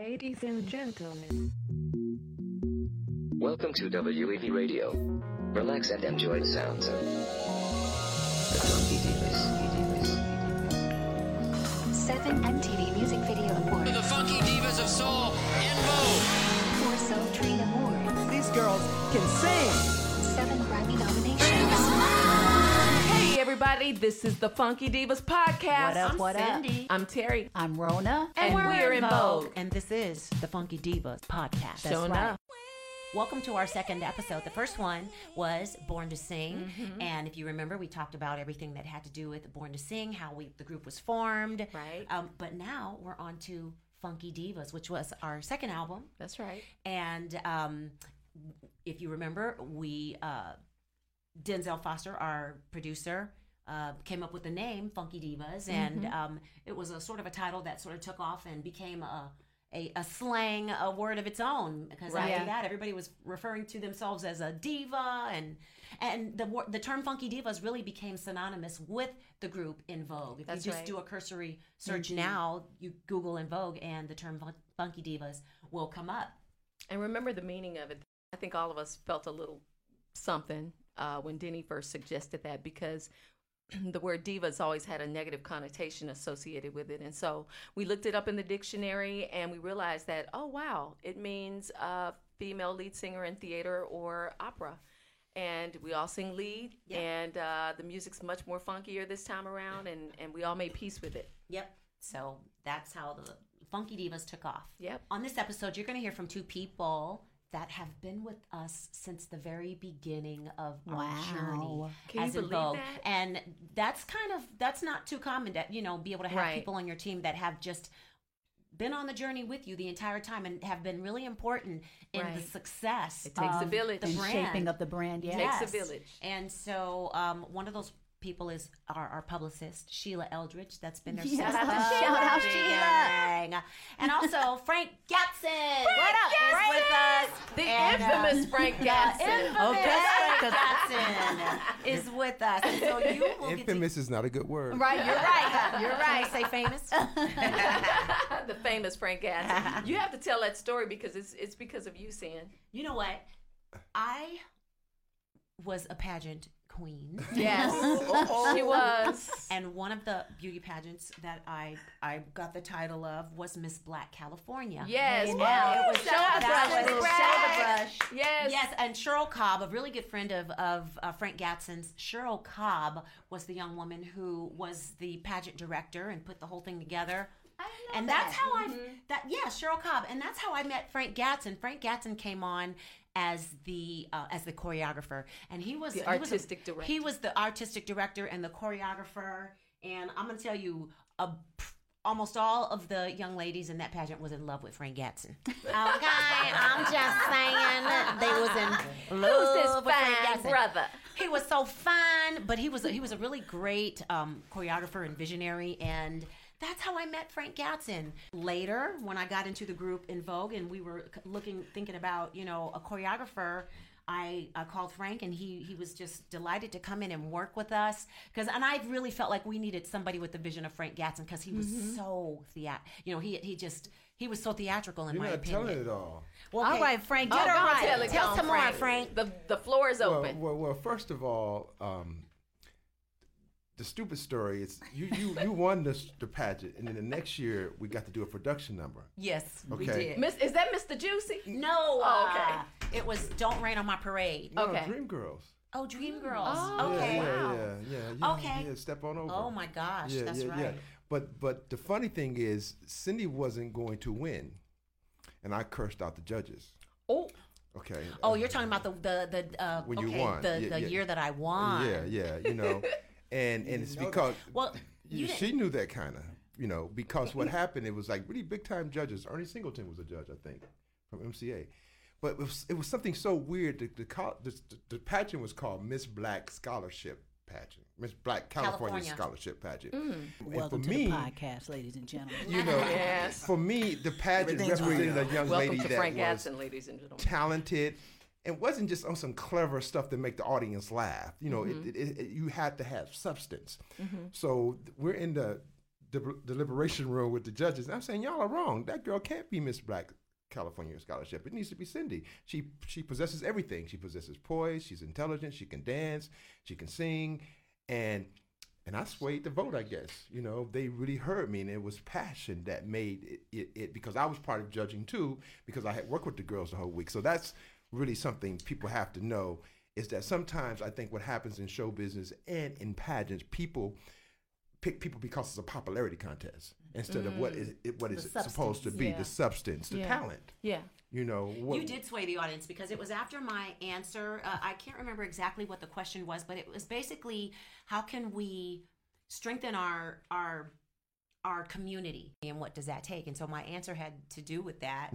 Ladies and gentlemen, Welcome to WEV Radio. Relax and enjoy the sounds of the Funky Divas. 7 MTV Music Video Award The Funky Divas of Soul, En Vogue. for Soul Train Award, These girls can sing. 7 Grammy nominations. Hey everybody, this is the Funky Divas podcast. What up, I'm what up? Cindy. I'm Terry. I'm Rona. And we're in Vogue. And this is the Funky Divas podcast. Showing up. Welcome to our second episode. The first one was Born to Sing, Mm-hmm. and if you remember, we talked about everything that had to do with Born to Sing, how we the group was formed, Right. Um, but now we're on to Funky Divas, which was our second album, That's right. and um, if you remember, we uh, Denzel Foster, our producer. Uh, came up with the name Funky Mm-hmm. Divas, and um, it was a sort of a title that sort of took off and became a a, a slang, a word of its own. Because Right. after that, everybody was referring to themselves as a diva, and and the wor- the term Funky Divas really became synonymous with the group in Vogue. If That's you just right. Mm-hmm. do a cursory search now, you Google in Vogue, and the term fun- Funky Divas will come up. And remember the meaning of it. I think all of us felt a little something uh, when Denny first suggested that because the word divas always had a negative connotation associated with it. And so we looked it up in the dictionary and we realized that, oh, wow, it means uh, female lead singer in theater or opera. And we all sing lead, Yeah. and uh, the music's much more funkier this time around, and, and we all made peace with it. Yep. So that's how the Funky Divas took off. Yep. On this episode, you're going to hear from two people that have been with us since the very beginning of Wow. our journey Can you as in believe Vogue. that? And that's kind of that's not too common to you know be able to have Right. people on your team that have just been on the journey with you the entire time and have been really important in the Right. success. It takes a of village. The and brand. shaping up the brand. Yeah. Takes a village. And so um, one of those people is our, our publicist, Sheila Eldridge. That's been there Yes, since shout the out, beginning. And also Frank Gatson. what up? Is with us. The And, uh, infamous Frank the Gatson. infamous that's Oh, Frank Gatson is with us. And so you will get to- Infamous is not a good word. Right, you're right. You're right. Say famous. the famous Frank Gatson. You have to tell that story because it's it's because of you, Sin. you know what? I was a pageant queen. Yes, she was. And one of the beauty pageants that I I got the title of was Miss Black California. Yes, And woo! it was Show the that brush, was- Miss show Black. the brush. Yes. Yes, and Cheryl Cobb, a really good friend of of uh, Frank Gatson's, Cheryl Cobb was the young woman who was the pageant director and put the whole thing together. and that's how I that yeah Cheryl Cobb and that's how I met Frank Gatson. Frank Gatson came on as the uh, as the choreographer and he was The he was a- artistic director. He was the artistic director and the choreographer and I'm gonna tell you a. Almost all of the young ladies in that pageant was in love with Frank Gatson. Okay, I'm just saying they was in Who's this love with Frank fine Gatson. brother? He was so fun, but he was he was a really great um, choreographer and visionary, and that's how I met Frank Gatson. Later, when I got into the group in Vogue, and we were c- looking thinking about you know a choreographer. I uh, called Frank and he he was just delighted to come in and work with us because and I really felt like we needed somebody with the vision of Frank Gatson because he was Mm-hmm. so theat you know he he just he was so theatrical in You're my not opinion. telling it all. Well, All okay. right, Frank, get Oh, her go right. tell it, Tell Tom some more, Frank. The the floor is Oh, Well, open. well, well, first of all, um, the stupid story is you you you won the the pageant, and then the next year we got to do a production number. Yes, we Okay. did. Miss, is that Mr. Juicy? No. Oh, uh, it was Don't Rain on My Parade. No, Okay. Dream Girls. Oh, Dreamgirls. Oh, okay. Yeah, yeah, Wow. yeah, yeah, yeah. Okay. Yeah, step on over. Oh my gosh, Yeah, that's yeah, right. yeah. But but the funny thing is, Cindy wasn't going to win, and I cursed out the judges. Oh, Okay. Oh, you're talking about the the the uh, When you okay, won. the, Yeah, the yeah. year that I won. Yeah, yeah, you know, and and it's because Well, you, you didn't- she knew that kind of, you know, because what happened, it was like really big time judges. Ernie Singleton was a judge, I think, from MCA. But it was, it was something so weird. The, the, col- the, the pageant was called Miss Black Scholarship Pageant, Miss Black California, California. Scholarship Pageant. And Welcome for to me, the podcast, ladies and gentlemen. you know, for me, the pageant represented a young welcome lady to that Frank was Gatson, ladies and gentlemen. talented and wasn't just on some clever stuff to make the audience laugh. You know, it, it, it, you had to have substance. So th- we're in the de- deliberation room with the judges. And I'm saying y'all are wrong. That girl can't be Miss Black California scholarship. It needs to be Cindy. She she possesses everything. She possesses poise. She's intelligent. She can dance. She can sing, and and I swayed the vote. I guess you know they really heard me, and it was passion that made it, it, it because I was part of judging too because I had worked with the girls the whole week. So that's really something people have to know is that sometimes I think what happens in show business and in pageants, people pick people because it's a popularity contest instead of what is it, what is it supposed to be Mm. Yeah. the substance, the Yeah. talent. Yeah. You know what? You did sway the audience because it was after my answer. Uh, I can't remember exactly what the question was, but it was basically how can we strengthen our our our community and what does that take? And so my answer had to do with that.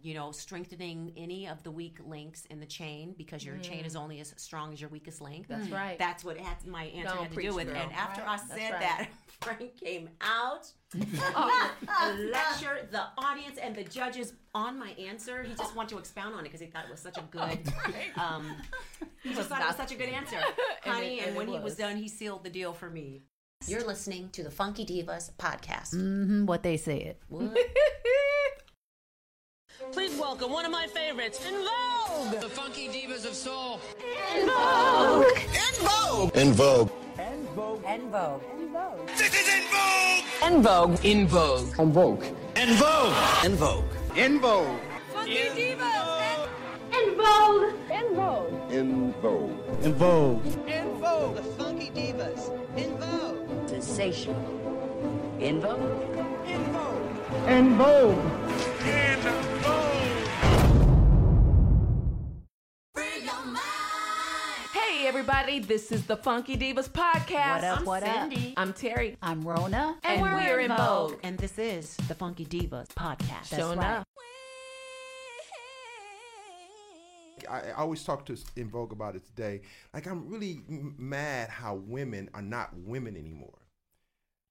You know, strengthening any of the weak links in the chain because your chain is only as strong as your weakest link. That's Mm. right. That's what it had, my answer Don't had to preach, do with. girl. And after I said right. that, Frank came out lecture the audience and the judges on my answer. He just wanted to expound on it because he thought it was such a good. Um, he just thought it was such a good answer, it- honey. And, and it when he was was. done, he sealed the deal for me. You're listening to the Funky Divas podcast. Mm-hmm, what they said. Please welcome one of my favorites, In Vogue. The Funky Divas of Soul. In Vogue. This is In Vogue! En Vogue. In Vogue. On Vogue. In Vogue. In In Vogue! Vogue. In Vogue. In Vogue. En Vogue. The Funky Divas. En Vogue. In Vogue. Hey, everybody, this is the Funky Divas Podcast. What up, I'm what up? Cindy. I'm Terry. I'm Rona. And, we're in Vogue. And this is The Funky Divas Podcast. That's Showing right. up. I, I always talk to in Vogue about it today. Like I'm really m- mad how women are not women anymore.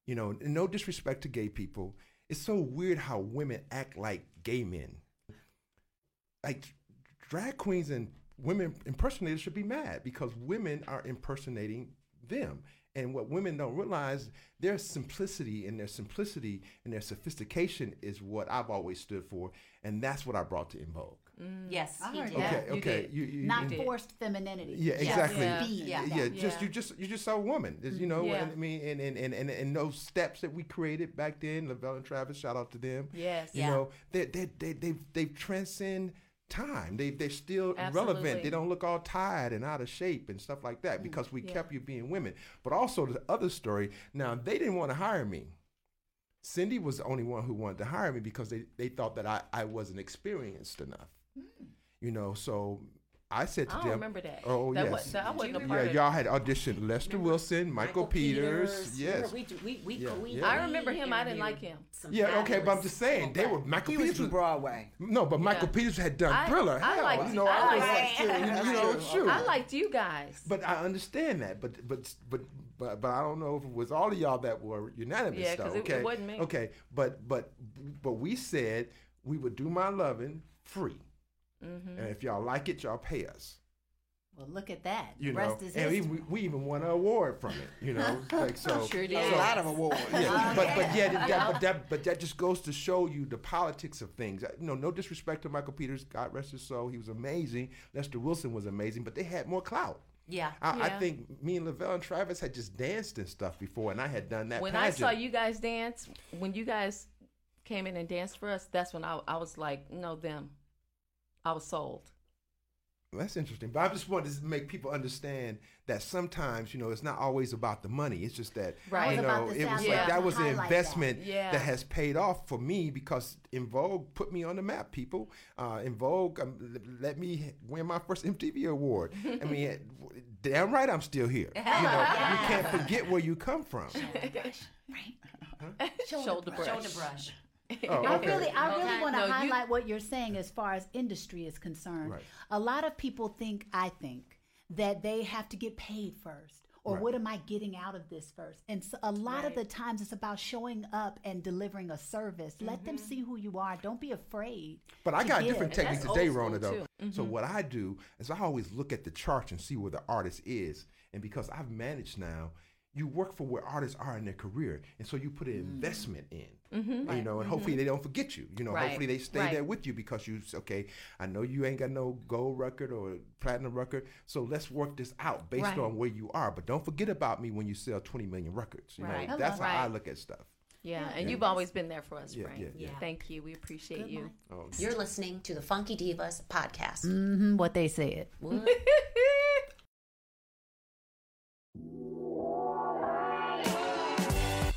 You know, and no disrespect to gay people. It's so weird how women act like gay men. Like drag queens and women impersonators should be mad because women are impersonating them. And what women don't realize, their simplicity and their simplicity and their sophistication is what I've always stood for, and that's what I brought to In Vogue. yes. he heard did. that. Okay, you okay, did. you, you, Not you- forced femininity. yeah, Just exactly. Yeah. be Yeah, that. yeah, just Yeah. Mm, you just you just saw a woman, is- you know. Yeah. And, I mean, and and, and and and those steps that we created back then, Lavelle and Travis, shout out to them. Yes. you Yeah. know, they they they they they transcend time. They they're still relevant. Absolutely. Mm, They don't look all tired and out of shape and stuff like that because we Yeah. kept you being women. But also the other story. Now they didn't want to hire me. Cindy was the only one who wanted to hire me because they, they thought that I, I wasn't experienced enough. You know, so I said Mm. to I don't them, remember that. Oh That yes, was- that I wasn't a part yeah, of- y'all had auditioned Lester Wilson, Michael, Peters, Remember, yes, we, we, we, Yeah, we, yeah. I remember him. I didn't interviewed like him. some yeah, okay. But I'm fabulous just saying they people, were but- Michael He was Peters from was- Broadway. No, but Michael Yeah. Peters had done I- Thriller. I Hell, liked- you know, I Oh, I, was liked- you know, shoot. I liked you guys. But I understand that, but but but but but I don't know if it was all of y'all that were unanimous. Yeah, though, 'cause it- it okay? wasn't me. Okay, but but but we said we would do my loving free, Mm-hmm. and if y'all like it, y'all pay us. Well, look at that. You know, Rest is and we, history. we, we even won an award from it. You know, like so. A lot of awards. Yeah, but but yeah, that- that, but that but that just goes to show you the politics of things. You know, no disrespect to Michael Peters, God rest his soul, he was amazing. Lester Wilson was amazing, but they had more clout. Yeah. I, I Yeah. think me and Lavelle and Travis had just danced and stuff before, and I had done that. when I pageant. saw you guys dance, when you guys came in and danced for us, that's when I, I was like, no, them. I was sold. That's interesting. But I just wanted to make people understand that sometimes, you know, it's not always about the money. It's just that, Right. you It's know, about the it was sound. like Yeah. that was an Highlight that. investment that. Yeah. has paid off for me because In Vogue put me on the map, people. Uh, In Vogue um, l- let me win my first MTV award. I mean, damn right I'm still here. You know, you can't forget where you come from. Shoulder, brush. Shoulder brush. Oh, I okay. really, I really Okay. want to No, you- highlight what you're saying as far as industry is concerned. Right. A lot of people think, I think, that they have to get paid first, or Right. what am I getting out of this first? And so a lot of the times, it's about showing up and delivering a service. Let them see who you are. Don't be afraid. But I to got a give. different And technique that's today, old Rona, school, Mm-hmm. though. So what I do is I always look at the charts and see where the artist is. And because I've managed now, you work for where artists are in their career, and so you put an Mm. investment in, you know, and hopefully they don't forget you, you know, Mm-hmm. Right. hopefully they stay Right. there with you because you s- okay, I know you ain't got no gold record or platinum record, so let's work this out based Right. on where you are, but don't forget about me when you sell twenty million records, you Right. know, I that's love how I that. look at stuff. Yeah, and you've always been there for us, Yeah, Frank. yeah, yeah. Oh. Yeah. Thank you. We appreciate you. You're listening to the Funky Divas podcast. Mm-hmm, what they said. What?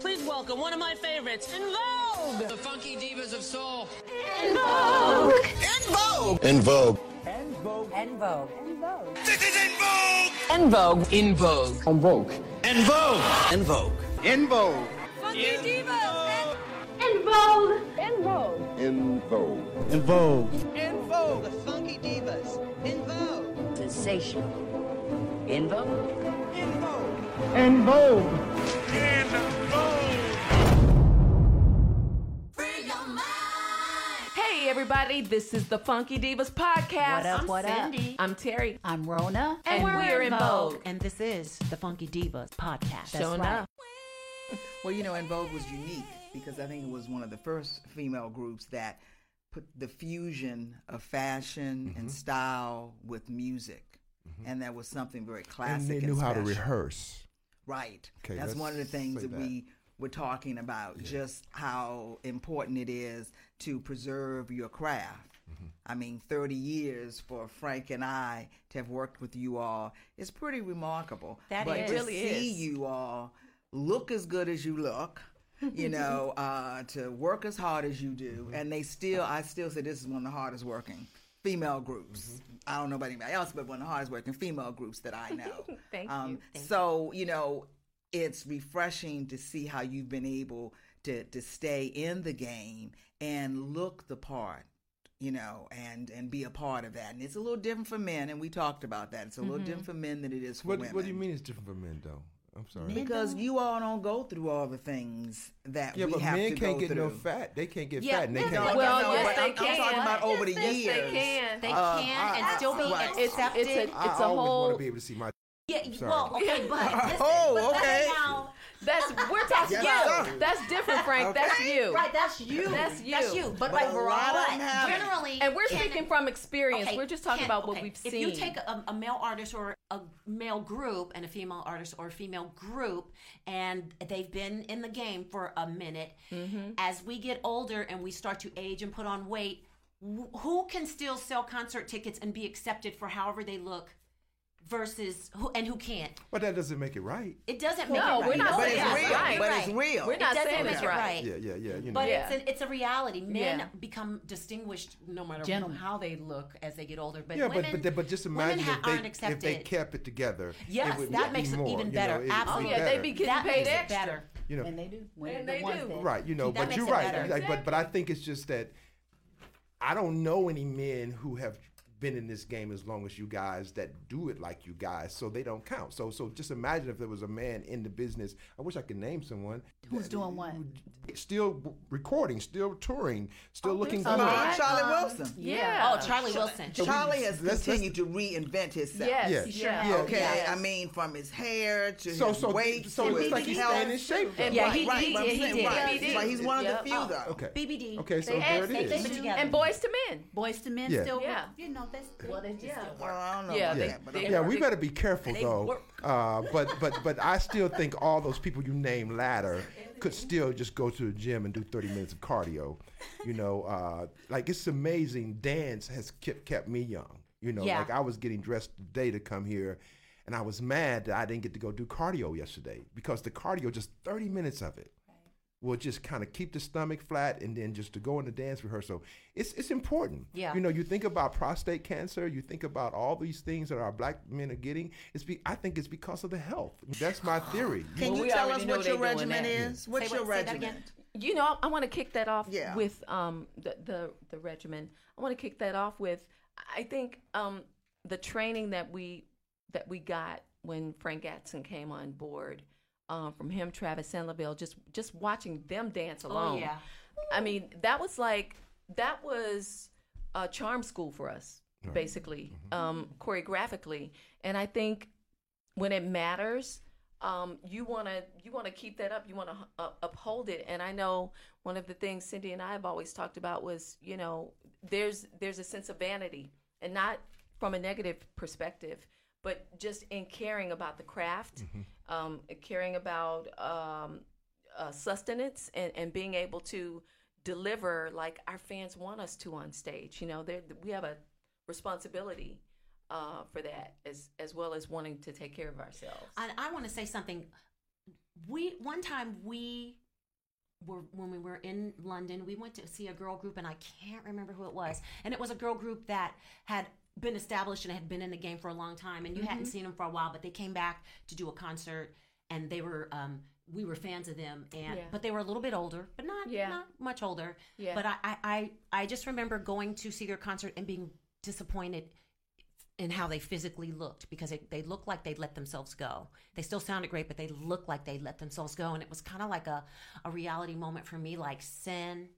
Please welcome one of my favorites, In Vogue! The funky divas of soul. In Vogue. This is in vogue. En Vogue. In Vogue. En Vogue. En En Vogue. En vogue. Vogue. In Vogue. En Vogue. Sensational. In vogue. En Vogue. Hey, everybody, this is the Funky Divas podcast. What up, I'm what up? Cindy. I'm Terry. I'm Rona. And, we're, in Vogue. And this is the Funky Divas podcast. Showing right. up. Well, you know, and Vogue was unique because I think it was one of the first female groups that put the fusion of fashion Mm-hmm. and style with music. And that was something very classic. and they knew how to special. rehearse. Right. Okay, That's let's one of the things say that, that. we were talking about, just how important it is to preserve your craft. I mean, 30 years for Frank and I to have worked with you all is pretty remarkable. That but is. to Really see is. you all look as good as you look, you know, uh, to work as hard as you do, and they still, I still say this is one of the hardest working female groups. I don't know about anybody else, but one of the hardest working female groups that I know. Um, Thank you. Thank so you know, it's refreshing to see how you've been able to to stay in the game and look the part. You know, and and be a part of that, and it's a little different for men, and we talked about that. It's a Mm-hmm. little different for men than it is for What, women. what do you mean it's different for men though? I'm sorry. Because you all don't go through all the things that yeah, we but have men to can't go get through. no fat. They can't get Yeah, fat. And they no, can't. no, Well, No, yes, but they I'm, I'm talking can. about over the Yes, years. they can. They Uh, can I- and still be right. It's, accepted. it's a, I it's a always want whole. to be able to see my. yeah, sorry. well, okay, but listen, Oh, but listen okay. now. That's we're talking Yes, you. sir. That's different, Frank. That's you. Right, that's you. That's you. That's you. But, But a overall, lot of them have it. generally, And we're can- speaking from experience. okay, we're just talking can- about what okay. we've If seen. you take a, a male artist or a male group and a female artist or a female group, and they've been in the game for a minute, as we get older and we start to age and put on weight, wh- who can still sell concert tickets and be accepted for however they look versus who and who can't. But that doesn't make it right. It doesn't No, make it we're right. not No, saying it it's doesn't. real, You're but right. it's real. We're it not doesn't saying make it's it right. right. Yeah, yeah, yeah, you But know. it's, a, it's a reality. Men Yeah. become distinguished no matter Gentlemen. how they look as they get older. But yeah, women, but, but they- but just women imagine ha- if they aren't if they accepted. kept it together. Yes, it would that be makes it more, even you better. know, it would be Absolutely. Oh, yeah, they better. be getting That paid extra. better. You know, and they do. When And the they ones do. that- Right, you know, That but makes you're it right. better. Like, but but I think it's just that I don't know any men who have been in this game as long as you guys that do it like you guys, so they don't count. So so just imagine if there was a man in the business. I wish I could name someone Who's doing what? still w- recording, still touring, still looking Oh, good. yeah, Um, Charlie Wilson. yeah. Oh, Charlie Wilson. So we- Charlie has let's- let's- continued to reinvent himself. Yes, Yes. he sure Yeah. has. Okay. Yes. I mean, from his hair to So- his so- weight. so to it's his like he's health. staying in shape, though. right, right, but I'm saying, right, BBD. right, he's one of Yep. the few, Oh. though. Okay. BBD. Okay, so there it is. And boys to men. Boys to men Yeah. still, Yeah. you know, that's well, they just still work. I don't know Yeah, about yeah, that, yeah, we better be careful they though. work. Uh, but but but I still think all those people you name latter could still just go to the gym and do 30 minutes of cardio. You know, uh, like it's amazing. Dance has kept kept me young. You know, Yeah. like I was getting dressed today to come here, and I was mad that I didn't get to go do cardio yesterday because the cardio just 30 minutes of it will just kind of keep the stomach flat and then just to go into dance rehearsal it's it's important Yeah. you know you think about prostate cancer you think about all these things that our black men are getting it's be i think it's because of the health that's my theory Can you tell us what your regimen is? What's Say your what- say that regimen? again. You know, I, want to kick that off Yeah. with um the the, the regimen. I want to kick that off with I think um the training that we that we got when Frank Gatson came on board um, from him, Travis Sanlaville, just just watching them dance Oh, alone. yeah. I mean, that was like that was a charm school for us, Right. basically, Mm-hmm. um, choreographically. And I think when it matters, um, you want to you want to keep that up. You want to uh, uphold it. And I know one of the things Cindy and I have always talked about was you know there's there's a sense of vanity, and not from a negative perspective, but just in caring about the craft um, caring about um, uh, sustenance and, and being able to deliver like our fans want us to on stage. You know, they're- we have a responsibility uh, for that as as well as wanting to take care of ourselves. And I want to say something. We one time we were when we were in London, we went to see a girl group, and I can't remember who it was. And it was a girl group that had been established and had been in the game for a long time, and you hadn't Mhm. seen them for a while. But they came back to do a concert, and they were um, we were fans of them, and Yeah. but they were a little bit older, but not Yeah. not much older. Yeah. But I, I I I just remember going to see their concert and being disappointed in how they physically looked because it, they looked like they let themselves go. They still sounded great, but they looked like they let themselves go. And it was kind of like a, a reality moment for me like, sin,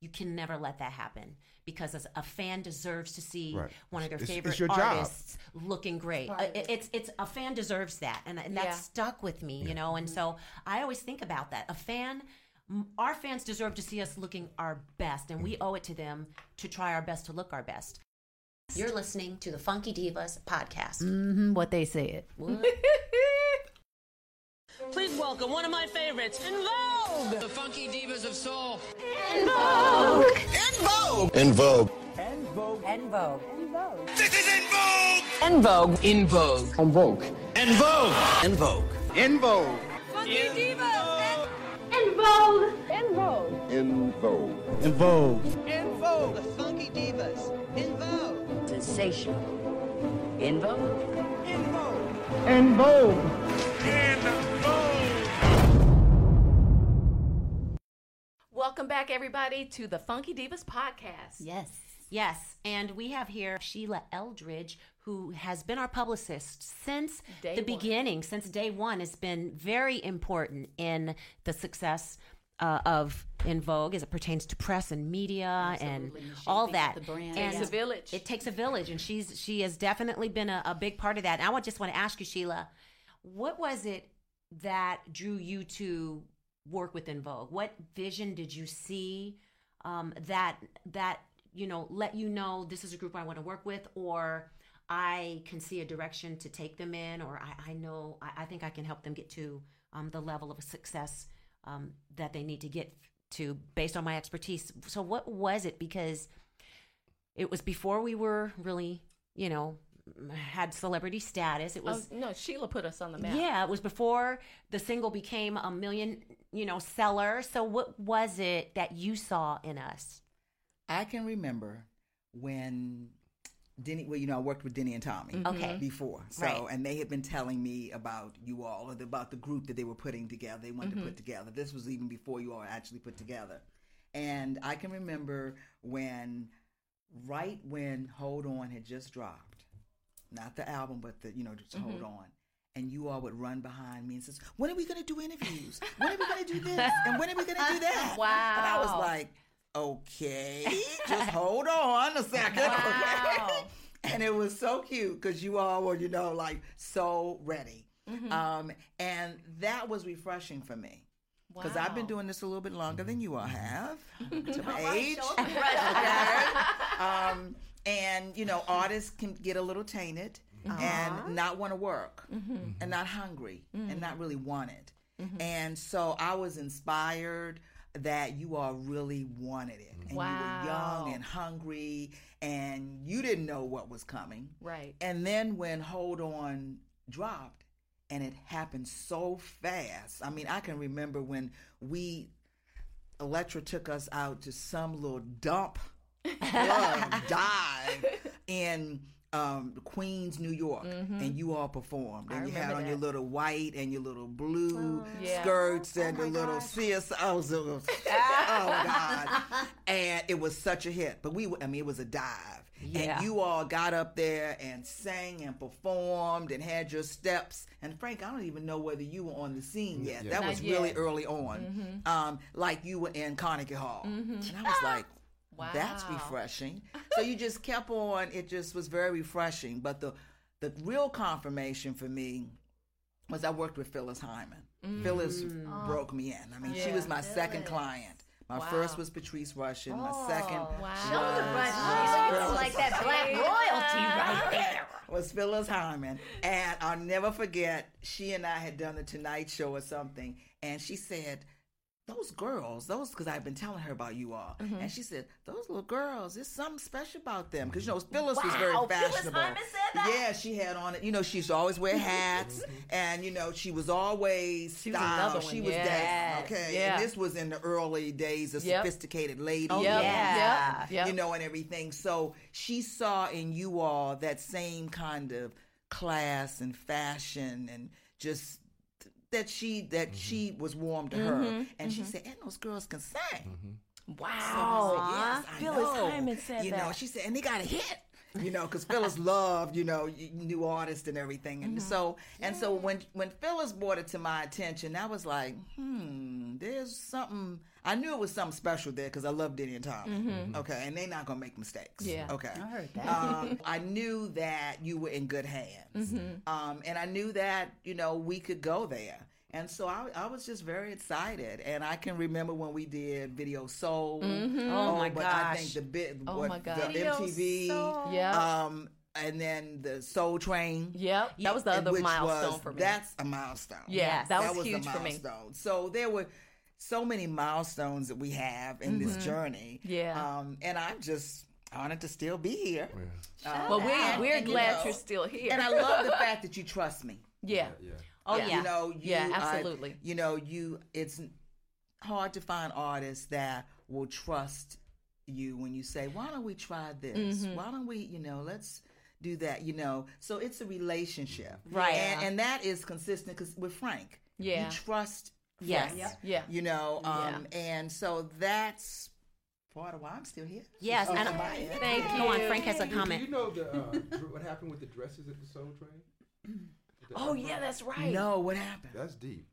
you can never let that happen because as a fan deserves to see Right. one of their It's- it's favorite your job. artists looking great. Right. Uh, it- it's, it's a fan deserves that. And, and that Yeah. Mm-hmm. stuck with me, you know? And so I always think about that. A fan. m- Our fans deserve to see us looking our best, and we owe it to them to try our best to look our best. You're listening to the Funky Divas podcast. Mm-hmm, what they said. Please welcome one of my favorites, In Vogue. The Funky Divas of Soul. In Vogue. In Vogue. In Vogue. En Vogue. En Vogue. This is En Vogue. En Vogue. In Vogue. En Vogue. En Vogue. En Vogue. En Vogue. Funky Divas. En Vogue. En Vogue. En Vogue. En Vogue. In Vogue. The Funky Divas. In Vogue. Sensational. In Vogue. In Vogue. En Vogue. Welcome back, everybody, to the Funky Divas podcast. Yes. Yes. And we have here Sheila Eldridge, who has been our publicist since Day the one. beginning, since day one, has been very important in the success. Uh, of in Vogue as it pertains to press and media and all that. And Takes a village. It takes a village, and she's she has definitely been a, a big part of that. And I would just want to ask you, Sheila, what was it that drew you to work with in Vogue? What vision did you see um, that that you know let you know this is a group I want to work with, or I can see a direction to take them in, or I, I know I, I think I can help them get to um, the level of success um, that they need to get to based on my expertise. So what was it? Because it was before we were really, you know, had celebrity status. It was oh, no, Sheila put us on the map. yeah, it was before the single became a million, you know, seller. So what was it that you saw in us? I can remember when Denny, well, you know, I worked with Denny and Tommy Mm-hmm. Okay. before. So, Right. and they had been telling me about you all, or the- about the group that they were putting together. They wanted Mhm. to put together. This was even before you all actually put together. And I can remember when, right when Hold On had just dropped, not the album, but the, you know, just Hold Mhm. On. And you all would run behind me and says, "When are we going to do interviews? When are we going to do this? And when are we going to do that?" And I was Wow. like, "Okay, just hold on a second. and it was so cute because you all were, you know, like so ready. Mm-hmm. Mhm. Um, and that was refreshing for me. Because I've been doing this a little bit longer than you all Mm-hmm. have. to my All right, age. show us the okay. Um, and, you know, artists can get a little tainted Uh-huh. and not want to work and not hungry and not really want it. And so I was inspired that you all really wanted it. And you were young Wow. and hungry and you didn't know what was coming. Right. And then when Hold On dropped, and it happened so fast. I mean, I can remember when we, Electra took us out to some little dump, plug, dive in um, Queens, New York, and you all performed. And you had on your little white and your little blue Oh, Yeah. skirts and your little CSOs. oh, God. And it was such a hit. But we, were- I mean, it was a dive. Yeah. And you all got up there and sang and performed and had your steps. And Frank, I don't even know whether you were on the scene yet. yeah. That Not was really yet. Mm-hmm. early on. Um, like you were in Carnegie Hall. And I was like, that's Wow. refreshing. So you just kept on. It just was very refreshing. But the the real confirmation for me was I worked with Phyllis Hyman. Phyllis Mm. broke me in. I mean, she Yeah. was my second Phyllis. client. My Wow. Oh, first was Patrice Russian. my second Show the was Russians. Phyllis It's like that black royalty right there. was Phyllis Hyman. And I'll never forget, she and I had done the Tonight Show or something. And she said, Those girls, those, because I've been telling her about you all. Mhm. And she said, Those little girls, there's something special about them. Because, you know, Phyllis was Wow, very Phyllis fashionable. Hyman said that? Mm-hmm. Yeah, she had on it. You know, she used to always wear hats. and, you know, she was always She was another styled. one, she was yes. that. Okay. Yeah. And this was in the early days of Yep. sophisticated lady. Oh, Yep, yeah. yep, yep. You know, know, and everything. So she saw in you all that same kind of class and fashion and just th- that she that she was warm to her. Mhm, And she mhm. said, And those girls can sing. Wow. So I said, "Yes, I Phyllis know." Hyman said you that. know, she said, and they got a hit. You know, because Phyllis loved, you know, y- new artists and everything, and so and so when when Phyllis brought it to my attention, I was like, hmm, there's something. I knew it was something special there because I love Diddy and Tommy. Mhm. Okay, and they're not gonna make mistakes. Yeah. okay. I heard that. Um, I knew that you were in good hands, Mhm. um, and I knew that you know we could go there. And so I, I was just very excited, and I can remember when we did Video Soul. Um, Mhm. Oh, my but I gosh. think the bit, Oh, what, my God. the Video MTV, Soul. Yeah. um, and then the Soul Train. Yep, that was the other which milestone was- for me. That's a milestone. Yeah, Yes. that was the huge for me. milestone. So there were so many milestones that we have in Mhm. this journey. Yeah. um, and I'm just honored to still be here. Um, Well, we're and- we're and, you glad know, you're still here, And I love the fact that you trust me. Yeah. Oh Yeah. yeah. You know, you, Yeah, I- absolutely. you know, you it's hard to find artists that will trust you when you say, "Why don't we try this? Mhm. Why don't we, you know, let's do that?" You know, so it's a relationship, Right. And, and that is consistent because with Frank, Yeah. you trust. Yes. Frank, Yep. Yeah. you know, um, Yeah. and so that's part of why I'm still here. Yes, Oh, and my- thank you. Go on, Frank has a Do- do comment. you know the, uh, dr- what happened with the dresses at the Soul Train? The Oh, Afro- yeah, that's right. No, what happened? That's deep.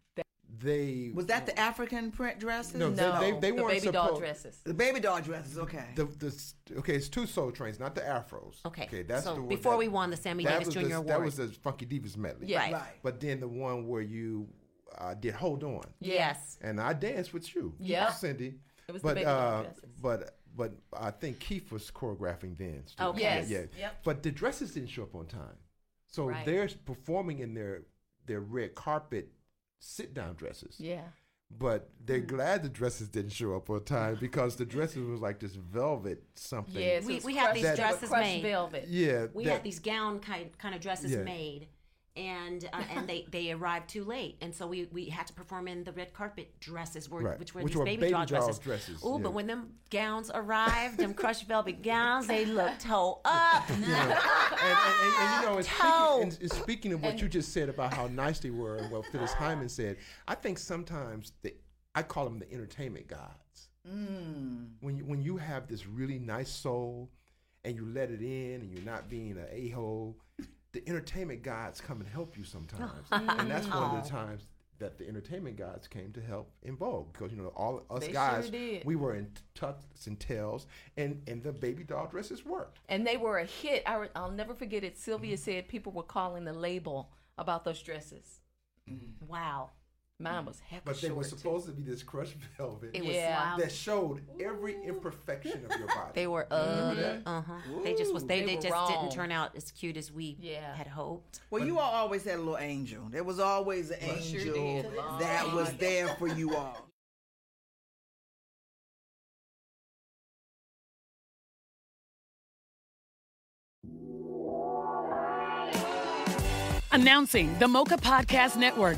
They Was that the African print dresses? No, they- No, they- they the weren't baby doll suppo- dresses. The baby doll dresses. Okay. the, the s- okay. It's two Soul Trains, not the Afros. Okay, okay. That's so the one before that- we won the Sammy that Davis was Jr. the, That Award. was the Funky Divas medley. Yeah. Right. Right. But then the one where you uh, did Hold On. Yes. And I danced with you. Yep. Cindy. It was the but baby doll uh, dresses. but but I think Keith was choreographing then. still. Okay. Yeah, Oh, Yes. Yeah. Yep. But the dresses didn't show up on time, so Right. they're performing in their their red carpet sit down dresses. Yeah. But they're Mm. glad the dresses didn't show up on time because the dresses was like this velvet something. Yes, it we, was we have crushed- these that- dresses crushed made. velvet. Yeah, we that- had these gown kind kind of dresses Yeah. made, and uh, and they they arrived too late, and so we we had to perform in the red carpet dresses, were, Right, which were which these were baby, baby doll doll dresses. dresses, Ooh, yeah. but when them gowns arrived, them crushed velvet gowns, they looked toe up. and, and- and- and, you know, and Toe. speaking, and- and speaking of what And- you just said about how nice they were and what Phyllis Hyman said, I think sometimes the, I call them the entertainment gods. Mm. When you, when you have this really nice soul and you let it in and you're not being an a hole, the entertainment gods come and help you sometimes. Oh, and that's one of Aw. the times that the entertainment gods came to help in Vogue because you know all us They sure guys did. we were in tucks and tails and and the baby doll dresses worked. and they were a hit. I, re- I'll never forget it. Mm. Sylvia said people were calling the label about those dresses. Wow. Mine was heck Mm. But they were short. supposed to be this crushed velvet It was Yeah. loud. that showed every imperfection of your body. They were, Remember Uh that? huh. They just was they, They they, were just wrong. didn't turn out as cute as we had hoped. Well, you all always had a little angel. There was always an Well, sure angel did. that was Long. there for you all. Announcing the Mocha Podcast Network,